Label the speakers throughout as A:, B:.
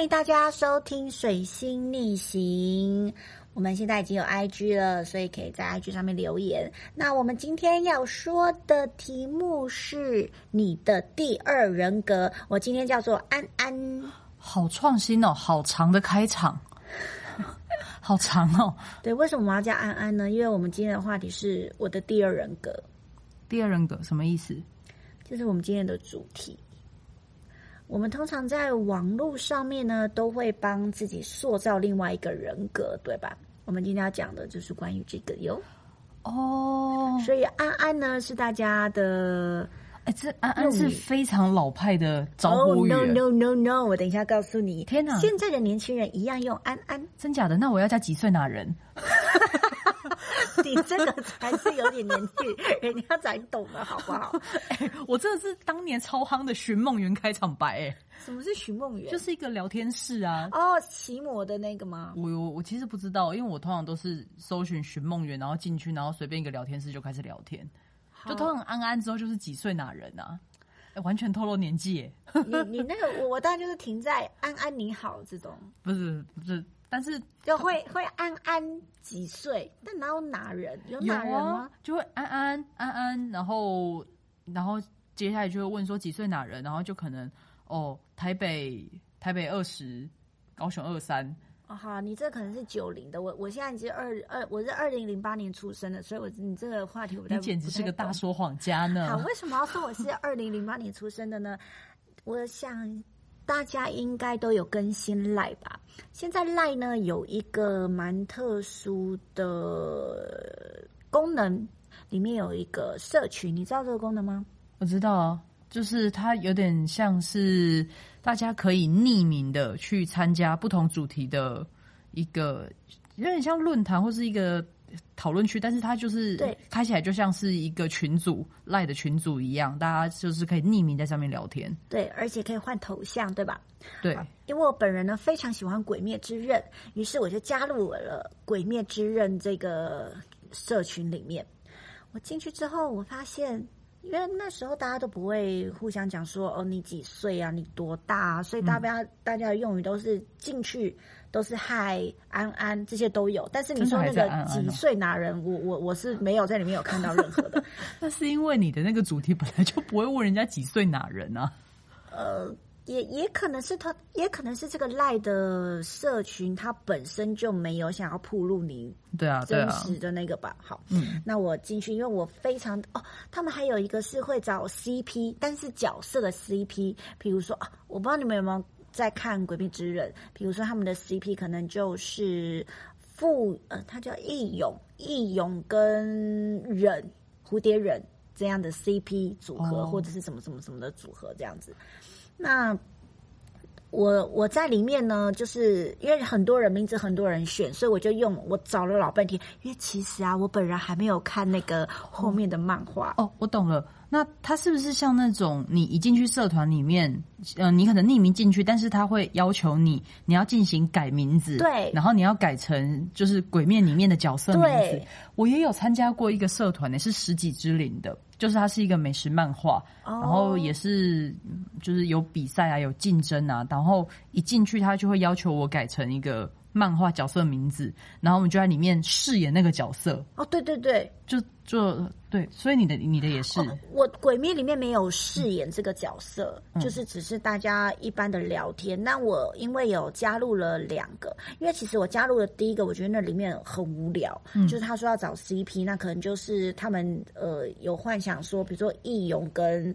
A: 迎大家收听《水星逆行》。我们现在已经有 IG 了，所以可以在 IG 上面留言。那我们今天要说的题目是你的第二人格，我今天叫做安安。
B: 好创新哦，好长的开场， 好长哦。
A: 对，为什么我要叫安安呢？因为我们今天的话题是我的第二人格，
B: 第二人格什么意思？
A: 就是我们今天的主题。我们通常在网络上面呢，都会帮自己塑造另外一个人格，对吧？我们今天要讲的就是关于这个哟。
B: 哦，
A: 所以安安呢是大家的
B: 哎，这安安是非常老派的招呼语
A: 哦、
B: 耶，
A: no no no no！我等一下告诉你。
B: 天哪
A: 现在的年轻人一样用安 安，
B: 真假的？那我要加几岁哪人？
A: 你这个才是有点年纪，人家才懂的好不 好？
B: 哎，我真的是当年超夯的寻梦园开场白，哎，
A: 什么是徐梦圆？
B: 就是一个聊天室啊。
A: 哦，骑摩的那个吗？
B: 我我我其实不知道，因为我通常都是搜寻寻梦园，然后进去，然后随便一个聊天室就开始聊天，就
A: 哦
B: 通常安安之后就是几岁哪人啊？哎，完全透露年纪耶。
A: 你你那个我我当然就是停在安安你好这种，
B: 不是不是，但是
A: 就 会会安安几岁，但哪有哪人？有
B: 有
A: 哪人
B: 啊
A: 吗？，
B: 就会安安安安，然后然后接下来就会问说几岁哪人，然后就可能哦台北台北二十，高雄二三，
A: 哦，好，你这可能是九零的，我我现在已经二二，我是二零零八年出生的，所以我你这个话题我不太
B: 你简直是个
A: 不太懂
B: 大说谎
A: 好，
B: 家呢。
A: 为什么要说我是二零零八年出生的呢？我想大家应该都有更新赖吧。现在赖呢有一个蛮特殊的功能，里面有一个社群，你知道这个功能吗？
B: 我知道啊，就是它有点像是大家可以匿名的去参加不同主题的一个，有点像论坛或是一个。讨论区，但是它就是
A: 对
B: 开起来就像是一个群组赖的群组一样，大家就是可以匿名在上面聊天。
A: 对，而且可以换头像，对吧？
B: 对，
A: 因为我本人呢非常喜欢《鬼灭之刃》，于是我就加入了《鬼灭之刃》这个社群里面。我进去之后，我发现，因为那时候大家都不会互相讲说哦你几岁啊，你多大啊，所以大家、大家的用语都是进去都是嗨安安这些都有，但是你
B: 真的
A: 说
B: 还
A: 那
B: 在
A: 个
B: 安安
A: 几
B: 哦
A: 岁哪人，我我我是没有在里面有看到任何的。
B: 那是因为你的那个主题本来就不会问人家几岁哪人啊。
A: 呃，也也可能是他，也可能是这个赖的社群，它本身就没有想要铺露你
B: 对啊，对
A: 真
B: 啊，
A: 实的那个吧。好，
B: 嗯，
A: 那我进去，因为我非常哦，他们还有一个是会找 CP，但是角色的 CP，比如说啊，我不知道你们有没有在看《鬼灭之刃》，比如说他们的 CP 可能就是富呃，他叫义勇，义勇跟忍蝴蝶忍这样的 CP 组合，
B: 哦
A: 或者是什么什么什么的组合这样子。那我我在里面呢，就是因为很多人名字很多人选，所以我就用我找了老半天。因为其实啊，我本人还没有看那个后面的漫画。
B: 哦，我懂了。那他是不是像那种你一进去社团里面，呃，你可能匿名进去，但是他会要求你，你要进行改名字，
A: 对
B: 然后你要改成就是《鬼面》里面的角色名字
A: 对。
B: 我也有参加过一个社团欸呢，是十几之灵的，就是它是一个美食漫画，
A: 哦
B: 然后也是嗯就是有比赛啊，有竞争啊，然后一进去他就会要求我改成一个漫画角色名字，然后我们就在里面饰演那个角色，
A: 哦，对对对，
B: 就就对，所以你的你的也是，
A: 哦我《鬼灭》里面没有饰演这个角色，就是只是大家一般的聊天。那我因为有加入了两个，因为其实我加入了第一个，我觉得那里面很无聊，就是他说要找 CP，那可能就是他们呃有幻想说，比如说义勇跟。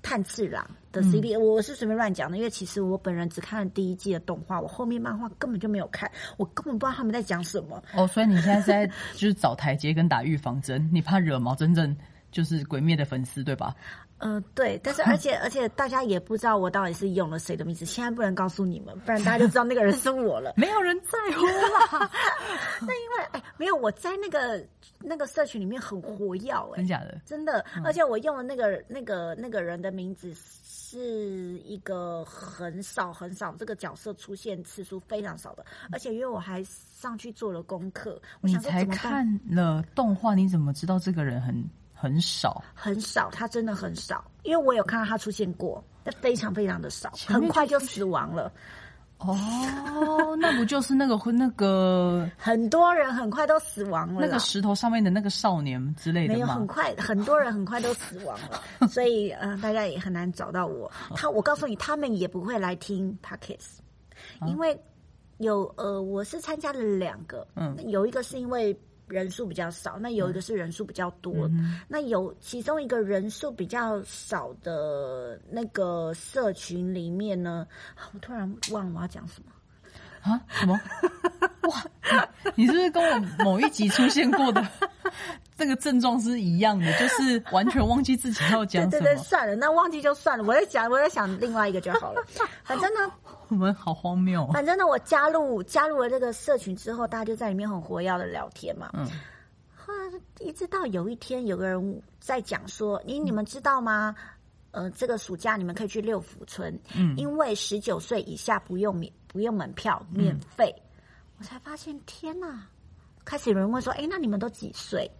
A: 炭治郎的 CP，、我是随便乱讲的，因为其实我本人只看了第一季的动画，我后面漫画根本就没有看，我根本不知道他们在讲什么。
B: 哦，所以你现在是在就是找台阶跟打预防针，你怕惹毛真正就是鬼灭的粉丝对吧？
A: 嗯，对，
B: 。
A: 但是而且而且大家也不知道我到底是用了谁的名字，现在不能告诉你们，不然大家就知道那个人是我了
B: 没有人在乎啦，
A: 那因为哎，没有我在那个那个社群里面很活跃哎、
B: 真假的？
A: 真的，
B: 嗯
A: 而且我用的那个那个那个人的名字是一个很少很少这个角色出现次数非常少的，而且因为我还上去做了功课，我
B: 你
A: 想说
B: 才
A: 怎么办
B: 看了动画，你怎么知道这个人很很少？
A: 很少，他真的很少，因为我有看到他出现过，但非常非常的少，
B: 前面
A: 很快
B: 就
A: 就死亡了。
B: 哦，那不就是那个那 个
A: 很多人很快都死亡了啦。
B: 那个石头上面的那个少年之类
A: 没
B: 的
A: 有，很
B: 吗？
A: 快，很多人很快都死亡了， 所以呃，大家也很难找到我。他，我告诉你，他们也不会来听 Pockets，因
B: 啊
A: 为有呃，我是参加了两个，
B: 嗯
A: 有一个是因为人数比较少，那有一个是人数比较多，
B: 嗯
A: 那有其中一个人数比较少的那个社群里面呢，啊我突然忘了我要讲什么。
B: 啊？什么？哇！你是 不是跟我某一集出现过的 那个症状是一样的？就是完全忘记自己要讲
A: 对
B: 什
A: 对，
B: 么？
A: 算了，那忘记就算了。我在讲，我在想另外一个就 好了。反正呢，
B: 我们好荒 谬哦！
A: 反正呢，我加入加入了这个社群之后，大家就在里面很活跃的聊天嘛。
B: 嗯
A: 后来一直到有一天，有个人在讲说：“你你们知道吗？呃，这个暑假你们可以去六福村，
B: 嗯
A: 因为十九岁以下不用免不用门票，
B: 嗯
A: 免费。我才发现，天哪！开始有人问说：“哎，那你们都几岁？”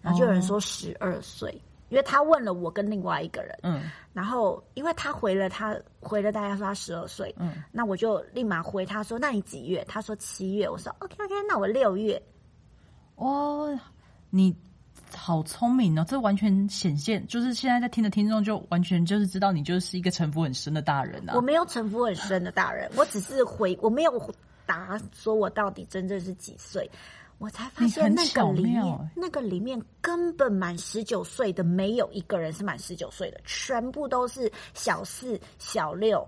A: 然后就有人
B: 哦
A: 说十二岁，因为他问了我跟另外一个人，
B: 嗯
A: 然后因为他回了他回了大家说他十二岁，
B: 嗯，
A: 那我就立马回他说：“那你几月？”他说：“七月。”我说：“OK OK，那我六月。
B: 哇！你好聪明哦！这完全显现，就是现在在听的听众就完全就是知道你就是一个城府很深的大人啊
A: 我！没有城府很深的大人，我只是回，我没有答说我到底真正是几岁。我才发现
B: 你
A: 那
B: 很
A: 个
B: 巧
A: 里
B: 妙
A: 面
B: 哎，
A: 那个里面根本满十九岁的没有一个人是满十九岁的，全部都是小四、小六，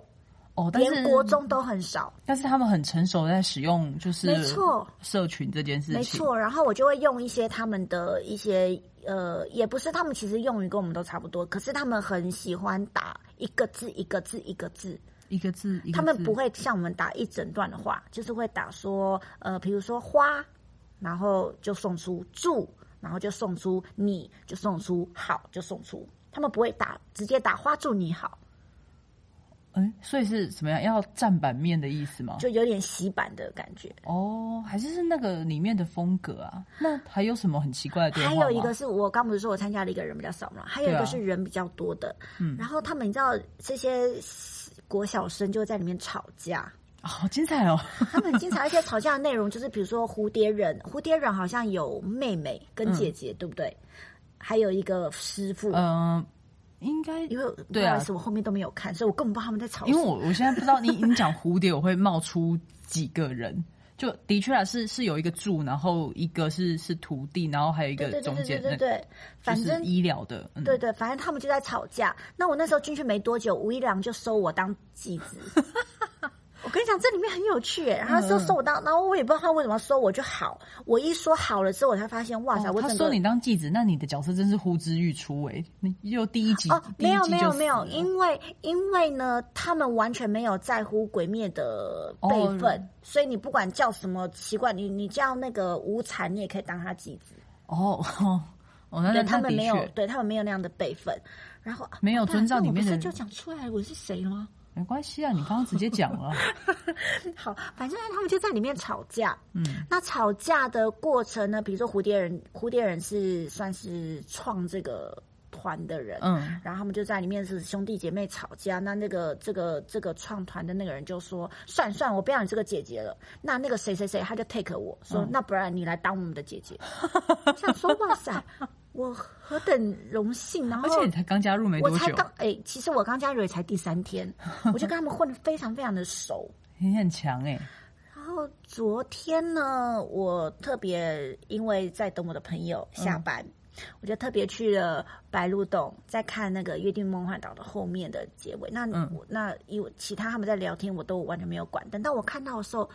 B: 哦，但
A: 连
B: 是
A: 国中都很少。
B: 但是他们很成熟地在使用，就是
A: 没错
B: 社群这件事情，
A: 没错，然后我就会用一些他们的一些呃，也不是他们其实用语跟我们都差不多，可是他们很喜欢打一个字一个字一个字，
B: 一个字，一个字
A: 他们不会像我们打一整段的话，就是会打说呃，比如说花，然后就送出住，然后就送出你，就送出好，就送出，他们不会打直接打花祝你好，
B: 哎、所以是怎么样？要占版面的意思吗？
A: 就有点洗版的感觉。
B: 哦，还是是那个里面的风格啊？那还有什么很奇怪的对话
A: 还
B: 吗
A: 有一个，是我刚不是说我参加了一个人比较少嘛，还有一
B: 对
A: 个
B: 啊嗯
A: 是人比较多的，然后他们你知道这些国小生就会在里面吵架，
B: 哦好精彩 哦！
A: 他们 经常一些吵架的内容就是比如说蝴蝶忍，蝴蝶忍好像有妹妹跟姐姐，对不对？还有一个师傅，
B: 嗯、应该
A: 因为不
B: 对
A: 好
B: 啊
A: 意思我后面都没有看，所以我根本不知道他们在吵什
B: 因为
A: 么。
B: 我我现在不知道你你讲蝴蝶，我会冒出几个人。就的确啊，是是有一个柱，然后一个是是徒弟，然后还有一
A: 对
B: 个
A: 对对
B: 中
A: 对对
B: 间
A: 对
B: 那个
A: 对，反
B: 就是
A: 正
B: 医疗的，嗯，
A: 对对，反正他们就在吵架。那我那时候进去没多久，吴一良就收我当继子。 我跟你讲，这里面很有趣
B: 嗯
A: 耶。然后他说收我当，然后我也不知道他为什么要收我就好。我一说好了之后，我才发现，哇塞，
B: 哦
A: 我
B: 他
A: 整
B: 说
A: 个
B: 你当继子，那你的角色真是呼之欲出哎、你又第一集
A: 哦，
B: 第一
A: 没有
B: 集
A: 没
B: 就
A: 有
B: 死
A: 没有，
B: 了
A: 因为因为呢，他们完全没有在乎鬼灭的辈
B: 哦
A: 分，所以你不管叫什么奇怪，你你叫那个无惨，你也可以当他继子。
B: 哦哦哦，那
A: 对
B: 那
A: 他
B: 那
A: 们
B: 的
A: 没有
B: 确，
A: 对他们没有那样的辈分。然后啊
B: 没有
A: 完蛋
B: 遵照
A: 那
B: 里
A: 我不
B: 面的
A: 是
B: 人
A: 就讲出来我是谁了吗？
B: 没关系啊，你刚刚直接 讲了，
A: 好，反正他们就在里面吵架。
B: 嗯，
A: 那吵架的过程呢，比如说蝴蝶人，蝴蝶人是算是创这个团的人，
B: 嗯，
A: 然后他们就在里面是兄弟姐妹吵架。那那个这个这个创团的那个人就说：“算算，我不要你这个姐姐了。”那那个谁谁谁他就 take 我说：“
B: 嗯
A: 那不然你来当我们的姐 姐。”我想说，哇塞，我何等荣幸！然后
B: 而且你才刚加入没
A: 我
B: 多
A: 才
B: 久，
A: 刚哎、其实我刚加入也才第三 天，我就跟他们混得非常非常的熟。
B: 你很强哎、
A: 然后昨天呢，我特别因为在等我的朋友下班，我就特别去了白鹿洞，在看那个《约定梦幻岛》的后面的结尾。那
B: 嗯
A: 我、那因为其他他们在聊天，我都完全没有管。等到我看到的时候，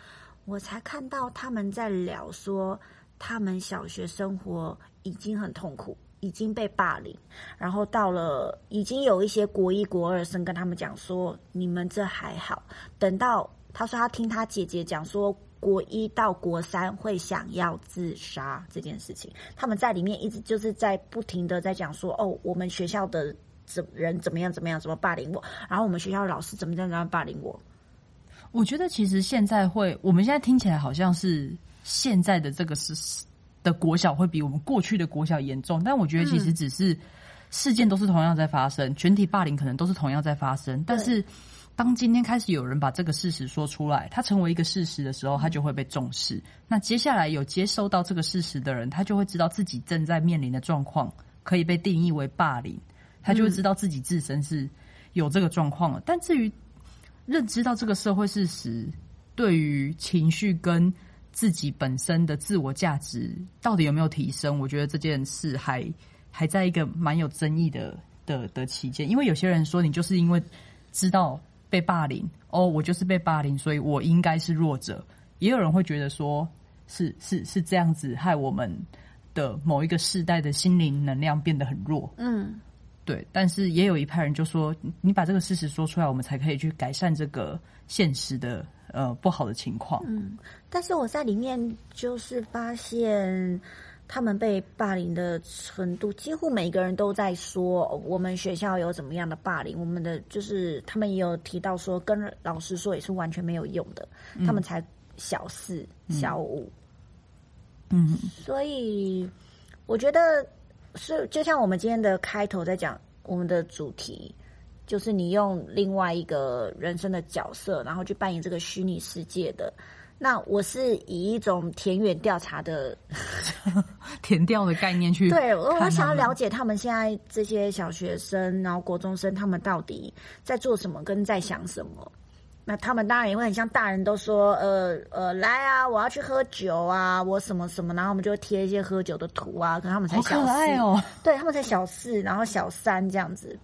A: 我才看到他们在聊说，他们小学生活已经很痛苦。已经被霸凌，然后到了已经有一些国一国二生跟他们讲说，你们这还好，等到他说他听他姐姐讲说，国一到国三会想要自杀这件事情，他们在里面一直就是在不停的在讲说，哦，我们学校的怎人怎么样怎么样，怎么霸凌我，然后我们学校的老师怎么样怎么样霸凌我，
B: 我觉得其实现在会，我们现在听起来好像是现在的这个是的国小会比我们过去的国小严重，但我觉得其实只是事件都是同样在发生，群体霸凌可能都是同样在发生，但是当今天开始有人把这个事实说出来，它成为一个事实的时候，它就会被重视。那接下来有接收到这个事实的人，他就会知道自己正在面临的状况可以被定义为霸凌，他就会知道自己自身是有这个状况了。但至于认知到这个社会事实，对于情绪跟自己本身的自我价值到底有没有提升，我觉得这件事还还在一个蛮有争议的的的期间，因为有些人说你就是因为知道被霸凌，哦，我就是被霸凌，所以我应该是弱者。也有人会觉得说，是是是这样子害我们的某一个世代的心灵能量变得很弱，
A: 嗯，
B: 对，但是也有一派人就说，你你把这个事实说出来，我们才可以去改善这个现实的呃不好的情况。
A: 但是我在里面就是发现，他们被霸凌的程度，几乎每个人都在说哦我们学校有怎么样的霸凌，我们的就是他们也有提到说，跟老师说也是完全没有用的，他们才小四、小五，
B: 嗯，
A: 所以我觉得是就像我们今天的开头在讲我们的主题，就是你用另外一个人生的角色，然后去扮演这个虚拟世界的。那我是以一种田园调查的，
B: 填掉的概念去
A: 对我我
B: 看
A: 想要
B: 他们
A: 了解他们现在这些小学生，然后国中生，他们到底在做什么，跟在想什么。那他们当然也会很像大人都说，呃呃，来啊，我要去喝酒啊，我什么什么，然后我们就会贴一些喝酒的图啊，可能他们才
B: 好
A: 小
B: 可
A: 四
B: 爱哦、
A: 对他们才小四，然后小三这样子。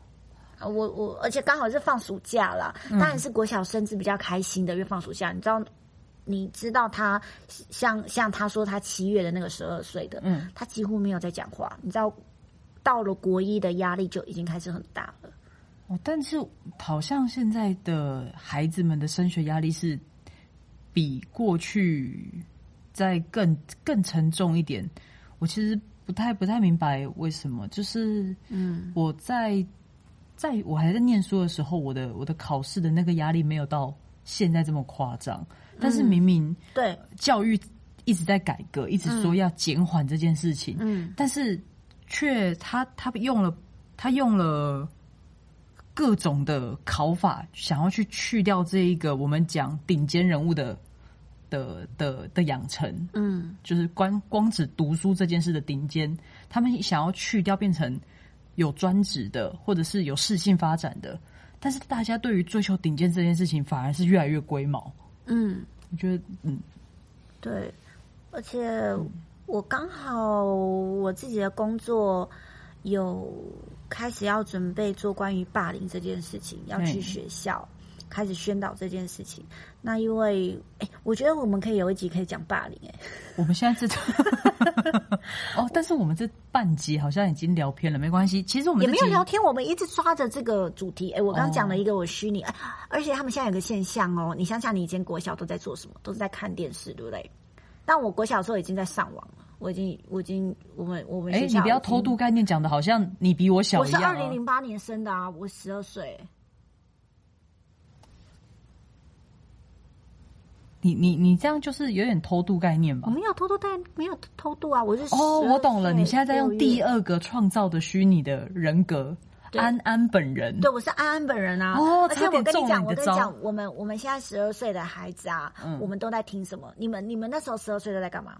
A: 啊我我，而且刚好是放暑假啦，当然是国小生是比较开心的，因为放暑假，你知道，你知道他像像他说他七月的那个十二岁的，
B: 嗯，
A: 他几乎没有在讲话，你知道，到了国一的压力就已经开始很大了。
B: 哦，但是好像现在的孩子们的升学压力是比过去再更更沉重一点。我其实不太不太明白为什么，就是
A: 嗯，
B: 我在在我还在念书的时候，我的我的考试的那个压力没有到现在这么夸张，但
A: 嗯
B: 是明明
A: 对，
B: 教育一直在改革，一直说要减缓这件事情，
A: 嗯
B: 但是却他他用了他用了各种的考法，想要去去掉这一个我们讲顶尖人物的的的的养成，
A: 嗯
B: 就是光光只读书这件事的顶尖，他们想要去掉变成有专职的，或者是有适性发展的。但是大家对于追求顶尖这件事情，反而是越来越龟毛。
A: 嗯，
B: 我觉得，嗯，
A: 对，而且我刚好我自己的工作有开始要准备做关于霸凌这件事情，要去
B: 嗯
A: 学校开始宣导这件事情。那因为，哎，我觉得我们可以有一集可以讲霸凌、哎，
B: 我们现在这哦，但是我们这半集好像已经聊偏了，没关系。其实我们
A: 也
B: 这
A: 没有
B: 集
A: 聊天，我们一直抓着这个主题。哎，我刚刚讲了一个我虚拟，哎而且他们现在有个现象哦，你想想你以前国小都在做什么？都是在看电视，对不对？但我国小的时候已经在上网了，我已经，我已经，我们我们
B: 哎、
A: 学校
B: 你不要
A: 已经
B: 偷渡概念讲的好像你比我小
A: 我
B: 一
A: 是
B: 样、啊。
A: 二零零八年生的啊，我十二岁。
B: 你你你这样就是有点偷渡概念
A: 我
B: 吧？
A: 没有偷偷带，没有偷渡啊，我是
B: 哦，我懂了，你现在在用第
A: 二，
B: 二个创造的虚拟的人格
A: 对
B: 安安本人。
A: 对，我是安安本人啊。
B: 哦
A: 而且
B: 差
A: 我
B: 点
A: 跟你
B: 中了
A: 讲，
B: 你
A: 我
B: 的
A: 跟你
B: 招
A: 讲，我们我们现在十二岁的孩子啊，
B: 嗯
A: 我们都在听什么？你们你们那时候十二岁都在干嘛？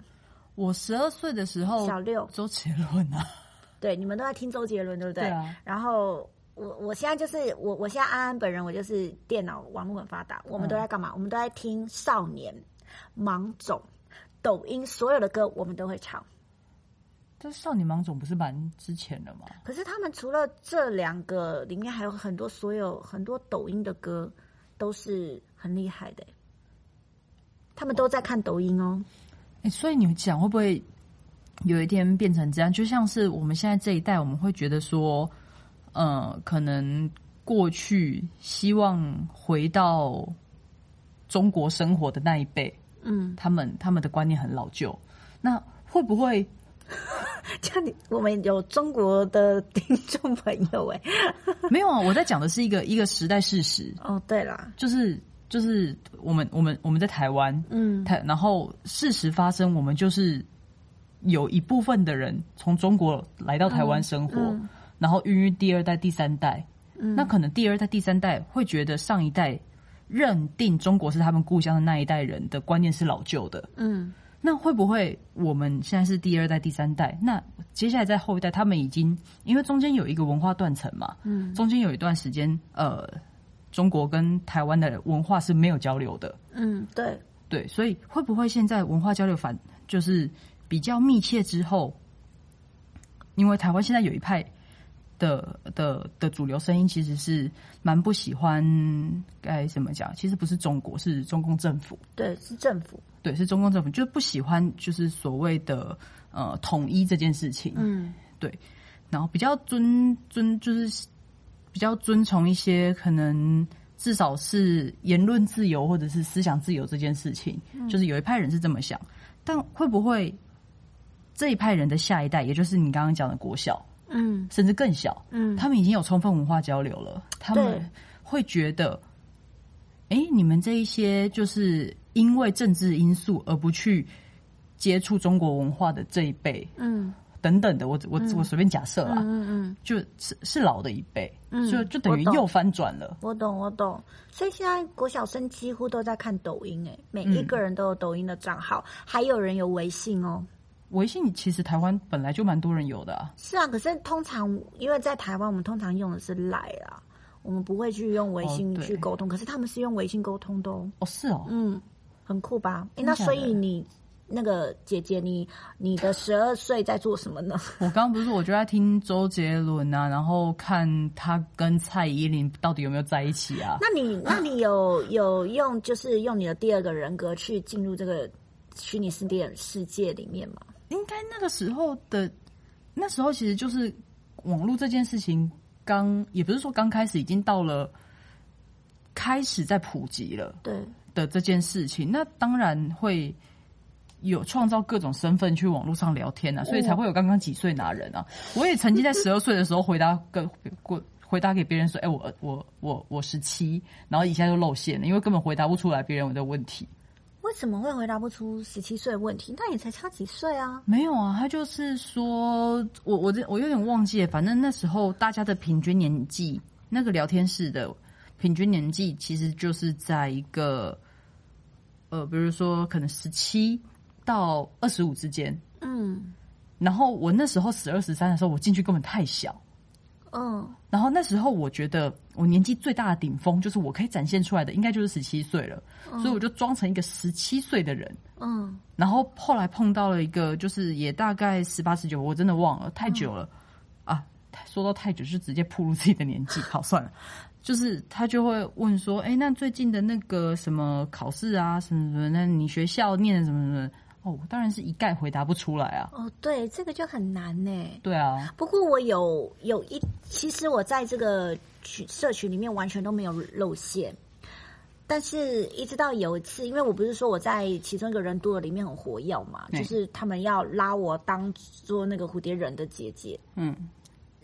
B: 我十二岁的时候，
A: 小六
B: 周杰伦啊，
A: 对，你们都在听周杰伦，对不对？
B: 对啊
A: 然后我我现在就是我我现在安安本人，我就是电脑网络很发达，
B: 嗯
A: 我们都在干嘛？我们都在听少年、芒种、抖音所有的歌，我们都会唱。
B: 这少女盲总不是蛮之前的吗？
A: 可是他们除了这两个，里面还有很多所有很多抖音的歌都是很厉害的欸，他们都在看抖音哦。
B: 哎、所以你们讲会不会有一天变成这样？就像是我们现在这一代，我们会觉得说，呃，可能过去希望回到中国生活的那一辈，
A: 嗯，
B: 他们他们的观念很老旧，那会不会
A: 这样你我们有中国的听众朋友哎。
B: 没有啊？我在讲的是一个一个时代事实，
A: 哦，对啦，
B: 就是就是我们我们我们在台湾，
A: 嗯
B: 台然后事实发生，我们就是有一部分的人从中国来到台湾生活，然后孕育第二代、第三代，嗯，那可能第二代、第三代会觉得上一代认定中国是他们故乡的那一代人的观念是老旧的，
A: 嗯，
B: 那会不会我们现在是第二代、第三代？那接下来在后一代，他们已经因为中间有一个文化断层嘛，嗯，中间有一段时间，呃，中国跟台湾的文化是没有交流的，
A: 嗯，对，
B: 对，所以会不会现在文化交流反就是比较密切之后，因为台湾现在有一派的的的主流声音其实是蛮不喜欢该怎么讲，其实不是中国，是中共政府，
A: 对，是政府，
B: 对，是中共政府就是不喜欢就是所谓的呃统一这件事情，
A: 嗯，
B: 然后比较尊尊就是比较遵从一些可能至少是言论自由或者是思想自由这件事情，
A: 嗯
B: 就是有一派人是这么想，但会不会这一派人的下一代，也就是你刚刚讲的国小，
A: 嗯，
B: 甚至更小，
A: 嗯，
B: 他们已经有充分文化交流了，他
A: 对
B: 们会觉得，哎，你们这一些就是因为政治因素而不去接触中国文化的这一辈
A: 嗯，
B: 等等的，我我我随便假设啦，
A: 嗯嗯，
B: 就是是老的一辈，
A: 嗯
B: 就就等于
A: 我懂
B: 又翻转了。
A: 我懂，我懂。所以现在国小生几乎都在看抖音、欸，每一个人都有抖音的账号，还有人有微信哦。
B: 微信其实台湾本来就蛮多人有的、啊，
A: 是啊，可是通常因为在台湾，我们通常用的是赖啦，我们不会去用微信
B: 哦对
A: 去沟通，可是他们是用微信沟通的哦。
B: 哦是 哦，
A: 嗯，很酷吧？诶
B: 真
A: 那
B: 假
A: 所
B: 的
A: 以你那个姐姐你，你的十二岁在做什么呢？
B: 我刚刚不是我就在听周杰伦啊，然后看他跟蔡依林到底有没有在一起啊？
A: 那你那你有有用就是用你的第二个人格去进入这个虚拟世界世界里面吗？
B: 应该那个时候的，那时候其实就是网络这件事情刚，也不是说刚开始，已经到了开始在普及了
A: 对，
B: 的这件事情。那当然会有创造各种身份去网络上聊天啊，所以才会有刚刚几岁拿人啊。我也曾经在十二岁的时候回答跟过。回答给别人说：“哎、我我我我十七，然后一下就露馅了，因为根本回答不出来别人的问题。
A: 为什么会回答不出十七岁的问题？那也才差几岁啊？
B: 没有啊，他就是说，我我这我有点忘记了，反正那时候大家的平均年纪，那个聊天室的平均年纪其实就是在一个，呃，比如说可能十七到二十五之间。
A: 嗯
B: 然后我那时候十二十三的时候，我进去根本太小。
A: 嗯
B: 然后那时候我觉得我年纪最大的顶峰，就是我可以展现出来的，应该就是十七岁了，所以我就装成一个十七岁的人。
A: 嗯，
B: 然后后来碰到了一个，就是也大概十八十九，我真的忘了，太久了、
A: 嗯
B: 啊！说到太久，就直接暴露自己的年纪。好，算了，就是他就会问说：“哎，那最近的那个什么考试啊，什么什么？那你学校念的什么什么？”哦，我当然是一概回答不出来啊。
A: 哦，对，这个就很难呢、
B: 对啊，
A: 不过我有有一，其实我在这个群社群里面完全都没有露馅，但是一直到有一次，因为我不是说我在其中一个人多的里面很活跃嘛，
B: 对
A: 就是他们要拉我当做那个蝴蝶人的姐姐，
B: 嗯，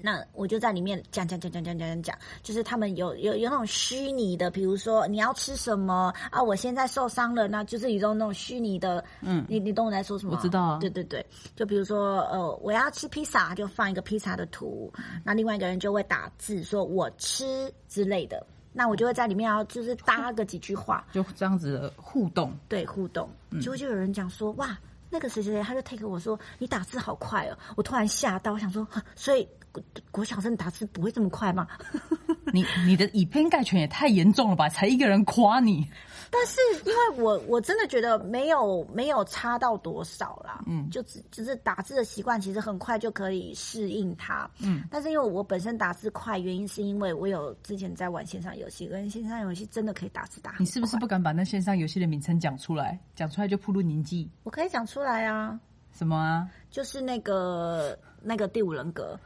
A: 那我就在里面讲讲讲讲讲讲讲讲，就是他们有有有那种虚拟的，比如说你要吃什么啊，我现在受伤了，那就是有那种虚拟的，
B: 嗯
A: 你你懂我在说什么？
B: 我知道啊
A: 对对对，就比如说呃，我要吃披萨，就放一个披萨的图，
B: 嗯
A: 那另外一个人就会打字说我吃之类的，那我就会在里面要就是搭个几句话，
B: 就这样子的互动。
A: 对互动，
B: 嗯
A: 结果就有人讲说、哇，那个谁谁谁，他就 take 我说你打字好快哦，我突然吓到，我想说，呵所以国国小生打字不会这么快吗？
B: 你你的以偏概全也太严重了吧？才一个人夸你，
A: 但是因为我我真的觉得没有没有差到多少啦，嗯，就只就是打字的习惯，其实很快就可以适应它，嗯。但是因为我本身打字快，原因是因为我有之前在玩线上游戏，跟线上游戏真的可以打字打很
B: 你是不是
A: 快
B: 不敢把那线上游戏的名称讲出来？讲出来就暴露年纪
A: 我可以讲出来啊，
B: 什么啊？
A: 就是那个那个第五人 格，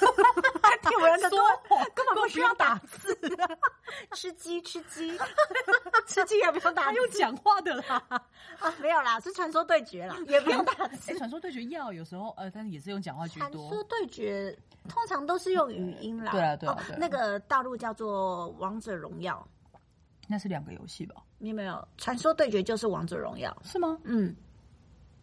A: 第五人格根本根本不需要打字，吃鸡吃鸡 吃鸡 也不用打
B: 他
A: 字
B: 用讲话的啦。
A: 啊，没有啦，是传说对决啦，也不用打字。
B: 哎，传说对决要有时候呃，但是也是用讲话居
A: 传说
B: 多。
A: 对决通常都是用语音啦，
B: 对啊对啊
A: 哦
B: 对啊
A: 那个大陆叫做王者荣耀，
B: 那是两个游戏吧？
A: 你有没有？传说对决就是王者荣耀，
B: 是吗？
A: 嗯，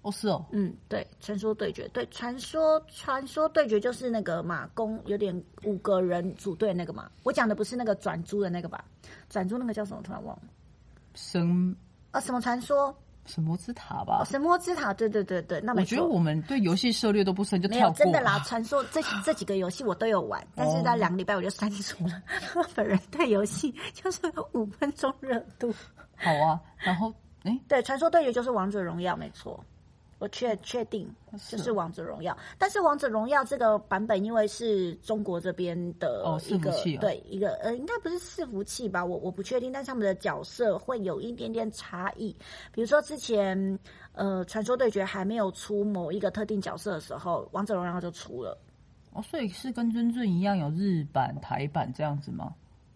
B: 哦是哦，
A: 嗯，对，传说对决，对，传说传说对决就是那个嘛，公有点五个人组队那个嘛。我讲的不是那个转租的那个吧？转租那个叫什么？突然忘了。
B: 神
A: 啊，什么传说？
B: 神魔之塔
A: 哦，
B: 吧。
A: 神魔之塔，对对对对，那
B: 我
A: 没
B: 觉得
A: 错。
B: 我们对游戏涉猎都不深，就
A: 没
B: 跳
A: 有
B: 过。哦
A: 真的啦，传说这这几个游戏我都有玩，但是在两个礼拜我就删除了。 我本人对游戏就是有五分钟热度。
B: 好啊，然后哎，
A: 对，传说对决就是王者荣耀，没错，我确确定
B: 是
A: 哦就是王者荣耀。但是王者荣耀这个版本，因为是中国这边的
B: 哦
A: 一个、
B: 伺服器哦
A: 对一个呃，应该不是伺服器吧？我我不确定，但是他们的角色会有一点点差异。比如说之前呃，传说对决还没有出某一个特定角色的时候，王者荣耀就出了。
B: 哦，所以是跟尊尊一样有日版、台版这样子吗？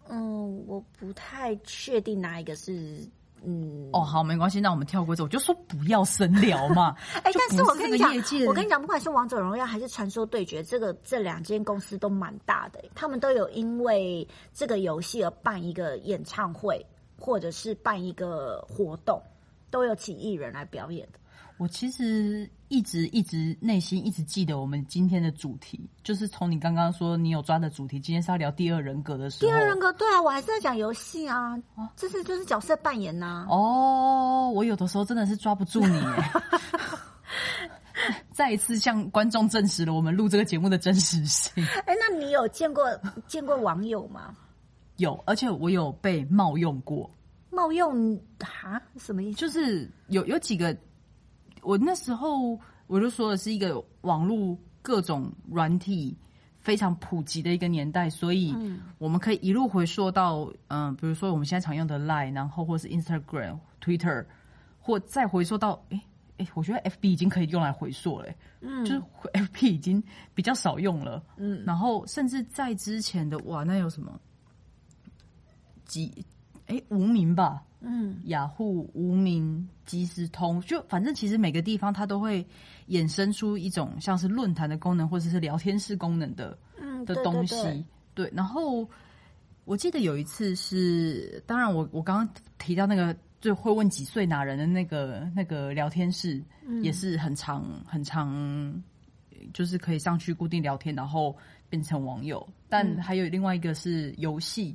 A: 嗯，我不太确定哪一个是嗯
B: 哦，好，没关系，那我们跳过这，我就说不要深聊 嘛。
A: 哎、
B: 就
A: 但
B: 不
A: 是我
B: 是
A: 跟
B: 这
A: 你
B: 个
A: 讲
B: 业界，
A: 我跟你讲，不管是王者荣耀还是传说对决，这个这两间公司都蛮大的、他们都有因为这个游戏而办一个演唱会，或者是办一个活动，都有请艺人来表演的。
B: 我其实一直一直内心一直记得我们今天的主题，就是从你刚刚说你有抓的主题，今天是要聊第二人格的时候。
A: 第二人格，对啊，我还是在讲游戏啊，这是就是角色扮演啊呐、
B: 哦，我有的时候真的是抓不住你耶。 再一次向观众证实了我们录这个节目的真实性。
A: 哎、那你有见过见过网友吗？
B: 有，而且我有被冒用过，
A: 冒用啊？什么意思？
B: 就是有有几个，我那时候我就说的是一个网络各种软体非常普及的一个年代，所以我们可以一路回溯到嗯、呃比如说我们现在常用的 Line，然后或是 Instagram、Twitter，或再回溯到诶诶，我觉得 FB 已经可以用来回溯了、诶
A: 嗯
B: 就是 FB 已经比较少用了，嗯，然后甚至在之前的哇，那有什么几哎无名吧，
A: 嗯，
B: 雅虎、无名、即时通，就反正其实每个地方它都会衍生出一种像是论坛的功能，或者是聊天室功能的
A: 嗯
B: 的
A: 对
B: 东
A: 对
B: 西。
A: 对
B: 对然后我记得有一次是，当然我我刚刚提到那个最会问几岁哪人的那个那个聊天室，
A: 嗯
B: 也是很长很长，就是可以上去固定聊天，然后变成网友。
A: 嗯
B: 但还有另外一个是游戏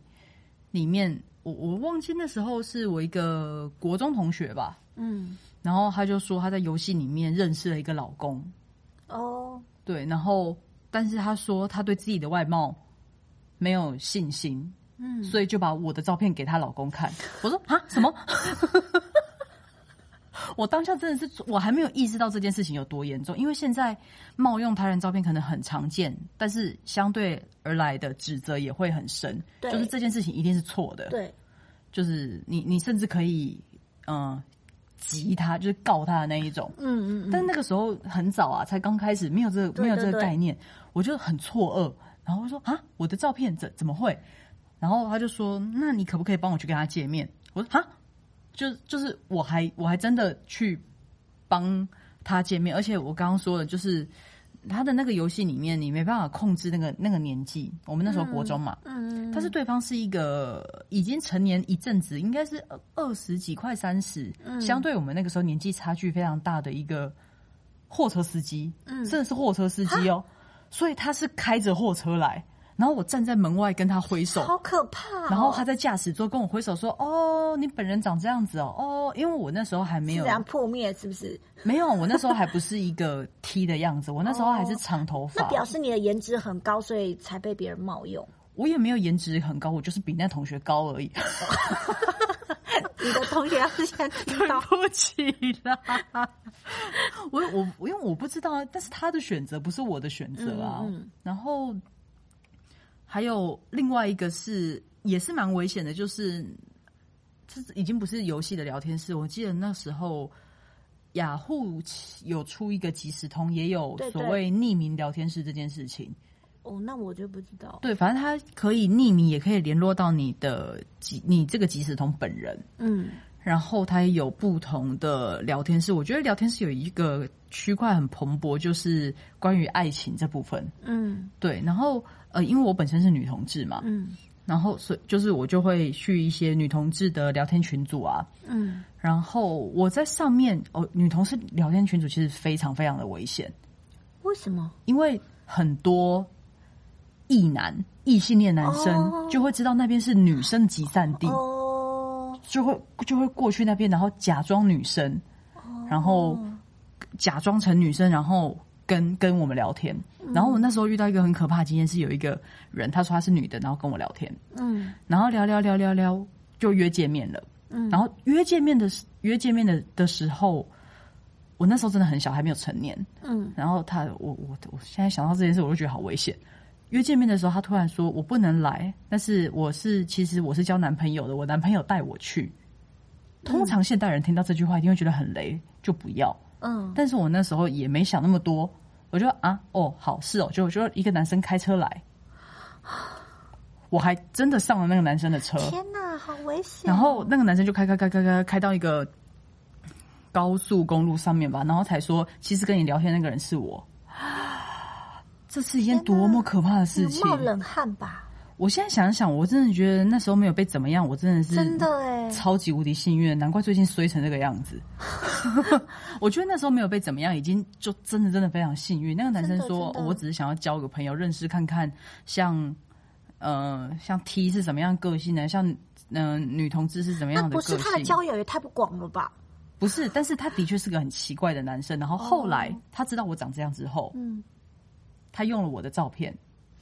B: 里面，我我忘记那时候是我一个国中同学吧。
A: 嗯，
B: 然后他就说他在游戏里面认识了一个老公，嗯
A: 哦，
B: 对，然后但是他说他对自己的外貌没有信心，
A: 嗯，
B: 所以就把我的照片给她老公看。我说啊什么？ 我当下真的是我还没有意识到这件事情有多严重，因为现在冒用他人照片可能很常见，但是相对而来的指责也会很深，
A: 对
B: 就是这件事情一定是错的，
A: 对。
B: 就是你你甚至可以嗯、呃、急他，就是告他的那一种。
A: 嗯嗯嗯，
B: 但那个时候很早啊，才刚开始，没有这个
A: 对
B: 没有这
A: 对
B: 个
A: 对
B: 概念，我就很错愕，然后我说啊，我的照片怎怎么会？然后他就说，那你可不可以帮我去跟他见面？我说啊，就就是我还我还真的去帮他见面，而且我刚刚说的就是。他的那个游戏里面，你没办法控制那个那个年纪。我们那时候国中嘛，
A: 嗯，
B: 但是对方是一个已经成年一阵子，应该是二二十几快三十、
A: 嗯
B: 相对我们那个时候年纪差距非常大的一个货车司机，
A: 嗯
B: 真的是货车司机哦，所以他是开着货车来，然后我站在门外跟他挥手，
A: 好可怕哦、
B: 然后他在驾驶座跟我挥手说：“哦，你本人长这样子哦，哦，因为我那时候还没
A: 是
B: 有
A: 怎样破灭？是不是？
B: 没有，我那时候还不是一个 T 的样子，我那时候还是长头发，
A: 哦那表示你的颜值很高，所以才被别人冒 用。
B: 我也没有颜值很高，我就是比那同学高而已。”
A: 你的同学要是先听
B: 对
A: 到，
B: 不起啦， 我我我因为我不知道，啊，但是他的选择不是我的选择啊。
A: 嗯嗯
B: 然后还有另外一个是也是蛮危险的，就是这已经不是游戏的聊天室。我记得那时候雅虎有出一个即时通，也有
A: 对对
B: 所谓匿名聊天室这件事情。
A: 哦，那我就不知道。
B: 对，反正它可以匿名，也可以联络到你的即你这个即时通本人。
A: 嗯，
B: 然后它也有不同的聊天室。我觉得聊天室有一个区块很蓬勃，就是关于爱情这部分。
A: 嗯
B: 对，然后呃，因为我本身是女同志嘛，
A: 嗯
B: 然后所以就是我就会去一些女同志的聊天群组啊，
A: 嗯，
B: 然后我在上面哦，女同事聊天群组其实非常非常的危险，
A: 为什么？
B: 因为很多异男、异性恋男
A: 哦
B: 生就会知道那边是女生集散地，
A: 哦，
B: 就会就会过去那边，然后假装女生，然后
A: 哦
B: 假装成女生，然后跟跟我们聊天。然后我那时候遇到一个很可怕的经验，是有一个人，他说他是女的，然后跟我聊天，
A: 嗯
B: 然后聊聊聊聊聊，就约见面了。
A: 嗯
B: 然后约见面的时约见面的的时候，我那时候真的很小，还没有成年。
A: 嗯，
B: 然后他，我我我现在想到这件事，我就觉得好危险。约见面的时候，他突然说我不能来，但是我是其实我是交男朋友的，我男朋友带我去。通常现代人听到这句话一定会觉得很雷，就不要。
A: 嗯
B: 但是我那时候也没想那么多，我就啊哦好是哦，就就一个男生开车来，我还真的上了那个男生的车，
A: 天哪，好危险！
B: 然后那个男生就开开开开开开到一个高速公路上面吧，然后才说其实跟你聊天那个人是我。 这是一件多么可怕的事
A: 你
B: 情！
A: 冒冷汗吧？
B: 我现在想想，我真的觉得那时候没有被怎么样，我真的是
A: 真的哎，
B: 超级无敌幸运，难怪最近衰成这个样 子。 我觉得那时候没有被怎么样，已经就真的真的非常幸运。那个男生
A: 真的
B: 说，
A: 真的
B: 哦我只是想要交个朋友，认识看看像。呃，像 T 是什么样个性呢？像嗯、呃女同志是怎么
A: 那
B: 样
A: 啊不
B: 个性？
A: 是他的交友也太不广了吧？
B: 不是，但是他的确是个很奇怪的男生。
A: 哦
B: 然后后来他知道我长这样之后，
A: 嗯，
B: 他用了我的照片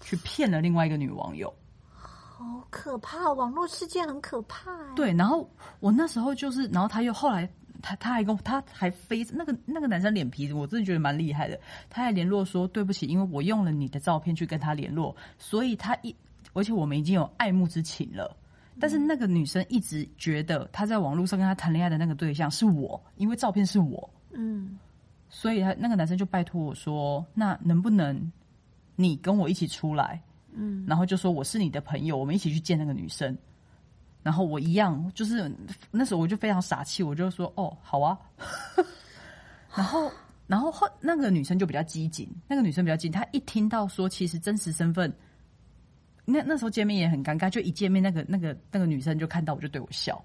B: 去骗了另外一个女网友。
A: 好可怕，网络世界很可怕哎。
B: 对，然后我那时候就是，然后他又后来他他还跟我他还非那个那个男生脸皮，我真的觉得蛮厉害的。他还联络说对不起，因为我用了你的照片去跟他联络，所以他一而且我们已经有爱慕之情了。但是那个女生一直觉得她在网络上跟他谈恋爱的那个对象是我，因为照片是我。
A: 嗯，
B: 所以他那个男生就拜托我说，那能不能你跟我一起出来？
A: 嗯，
B: 然后就说我是你的朋友，我们一起去见那个女生。然后我一样，就是那时候我就非常傻气，我就说哦，好啊。 然后，然后后那个女生就比较机警，那个女生比较机警，她一听到说其实真实身份，那那时候见面也很尴尬，就一见面那个那个那个女生就看到我就对我笑，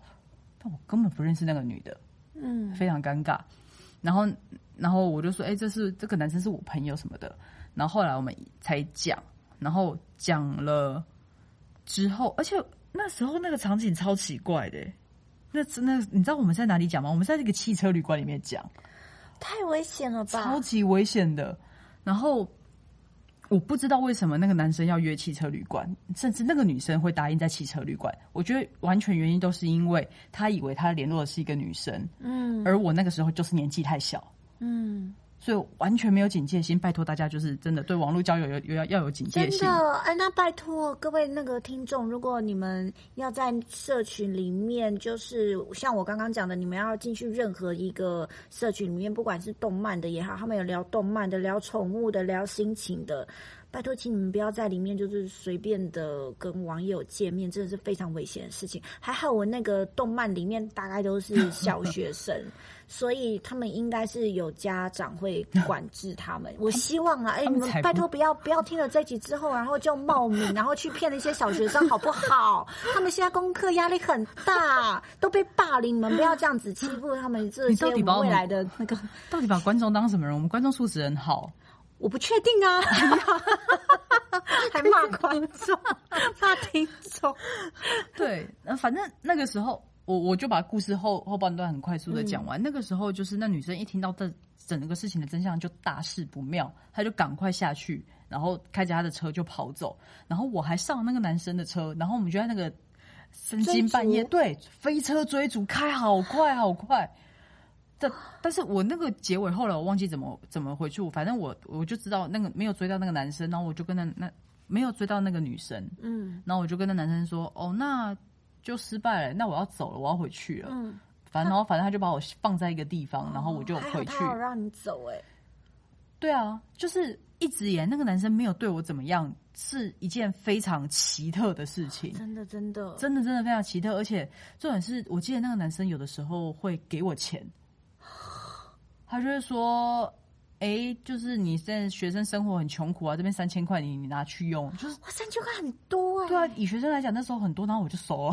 B: 但我根本不认识那个女的。
A: 嗯
B: 非常尴尬。然后，然后我就说，哎、这是这个男生是我朋友什么的。然后后来我们才讲，然后讲了之后，而且那时候那个场景超奇怪的、那那你知道我们在哪里讲吗？我们在那个汽车旅馆里面讲，
A: 太危险了吧？
B: 超级危险的。然后我不知道为什么那个男生要约汽车旅馆，甚至那个女生会答应在汽车旅馆。我觉得完全原因都是因为他以为他联络的是一个女生，
A: 嗯
B: 而我那个时候就是年纪太小，
A: 嗯，
B: 所以完全没有警戒心。拜托大家，就是真的对网络交友有有要要有警戒
A: 真
B: 心。
A: 的哎，那拜托各位那个听众，如果你们要在社群里面，就是像我刚刚讲的，你们要进去任何一个社群里面，不管是动漫的也好，他们有聊动漫的、聊宠物的、聊心情的，拜托，请你们不要在里面就是随便的跟网友见面，真的是非常危险的事情。还好我那个动漫里面大概都是小学生，所以他们应该是有家长会管制他 们。我希望啊，哎、你
B: 他们
A: 们
B: 才不
A: 拜托不要不要听了这集之后，然后就冒名，然后去骗那些小学生，好不好？ 他们现在功课压力很大，都被霸凌，你们不要这样子欺负他们这
B: 你
A: 些
B: 到
A: 我
B: 底把
A: 们
B: 我
A: 未
B: 们
A: 来的那个。
B: 到底把观众当什么人？我们观众素质很好，
A: 我不确定 啊，还骂观众，骂听 众，
B: 对，呃反正那个时候，我我就把故事后后半段很快速的讲完。那个时候，就是那女生一听到这整个事情的真相，就大事不妙，她就赶快下去，然后开着她的车就跑走。然后我还上那个男生的车，然后我们就在那个三更半夜，
A: 追逐
B: 对，飞车追逐，开好快好快。但但是我那个结尾后来我忘记怎么怎么回去，反正我我就知道那个没有追到那个男生，然后我就跟那那没有追到那个女生，
A: 嗯
B: 然后我就跟那男生说：“哦，那就失败了，那我要走了，我要回去了。
A: 嗯，
B: 反正，然后反正他就把我放在一个地方，然后我就
A: 哦还好
B: 回去。
A: 他有让你走哎、
B: 对啊，就是一直以来那个男生没有对我怎么样，是一件非常奇特的事情，
A: 真的真的，
B: 真的真的非常奇特。而且重点是我记得 那个男生有的时候会给我钱，他就会说：“哎、哎，就是你现在学生生活很穷苦啊，这边三千块你你拿去用，就是
A: 哇，三千块很多哎、
B: 对啊，以学生来讲那时候很多，然后我就哦收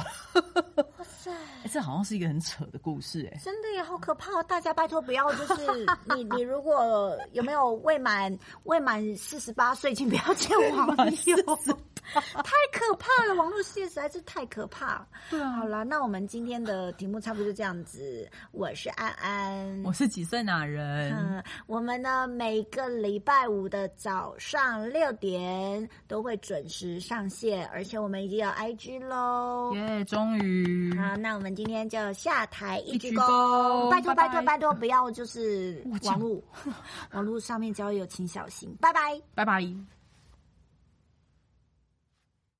B: 了。
A: 哇塞，
B: 哎这好像是一个很扯的故事哎、
A: 真的也好可怕、哦！大家拜托不 要，就是你你如果有没有未满未满四十八岁，请不要见网
B: 哎
A: 友，太可怕了！网络世界实在是太可怕。
B: 对啊
A: 好啦，那我们今天的题目差不多就这样子。我是安安，
B: 我是几岁哪人？
A: 嗯，我们呢每个礼拜五的早上六点都会准时上线，而且我们已经有 IG 喽。
B: 耶、终于。
A: 好，那我们今天就下台一鞠
B: 嗯一鞠
A: 躬，
B: 躬
A: 拜托拜
B: 拜哦拜
A: 托拜托，不要就是
B: 我
A: 网
B: 讲
A: 络网络上面交友，请小心，拜拜。
B: 拜拜。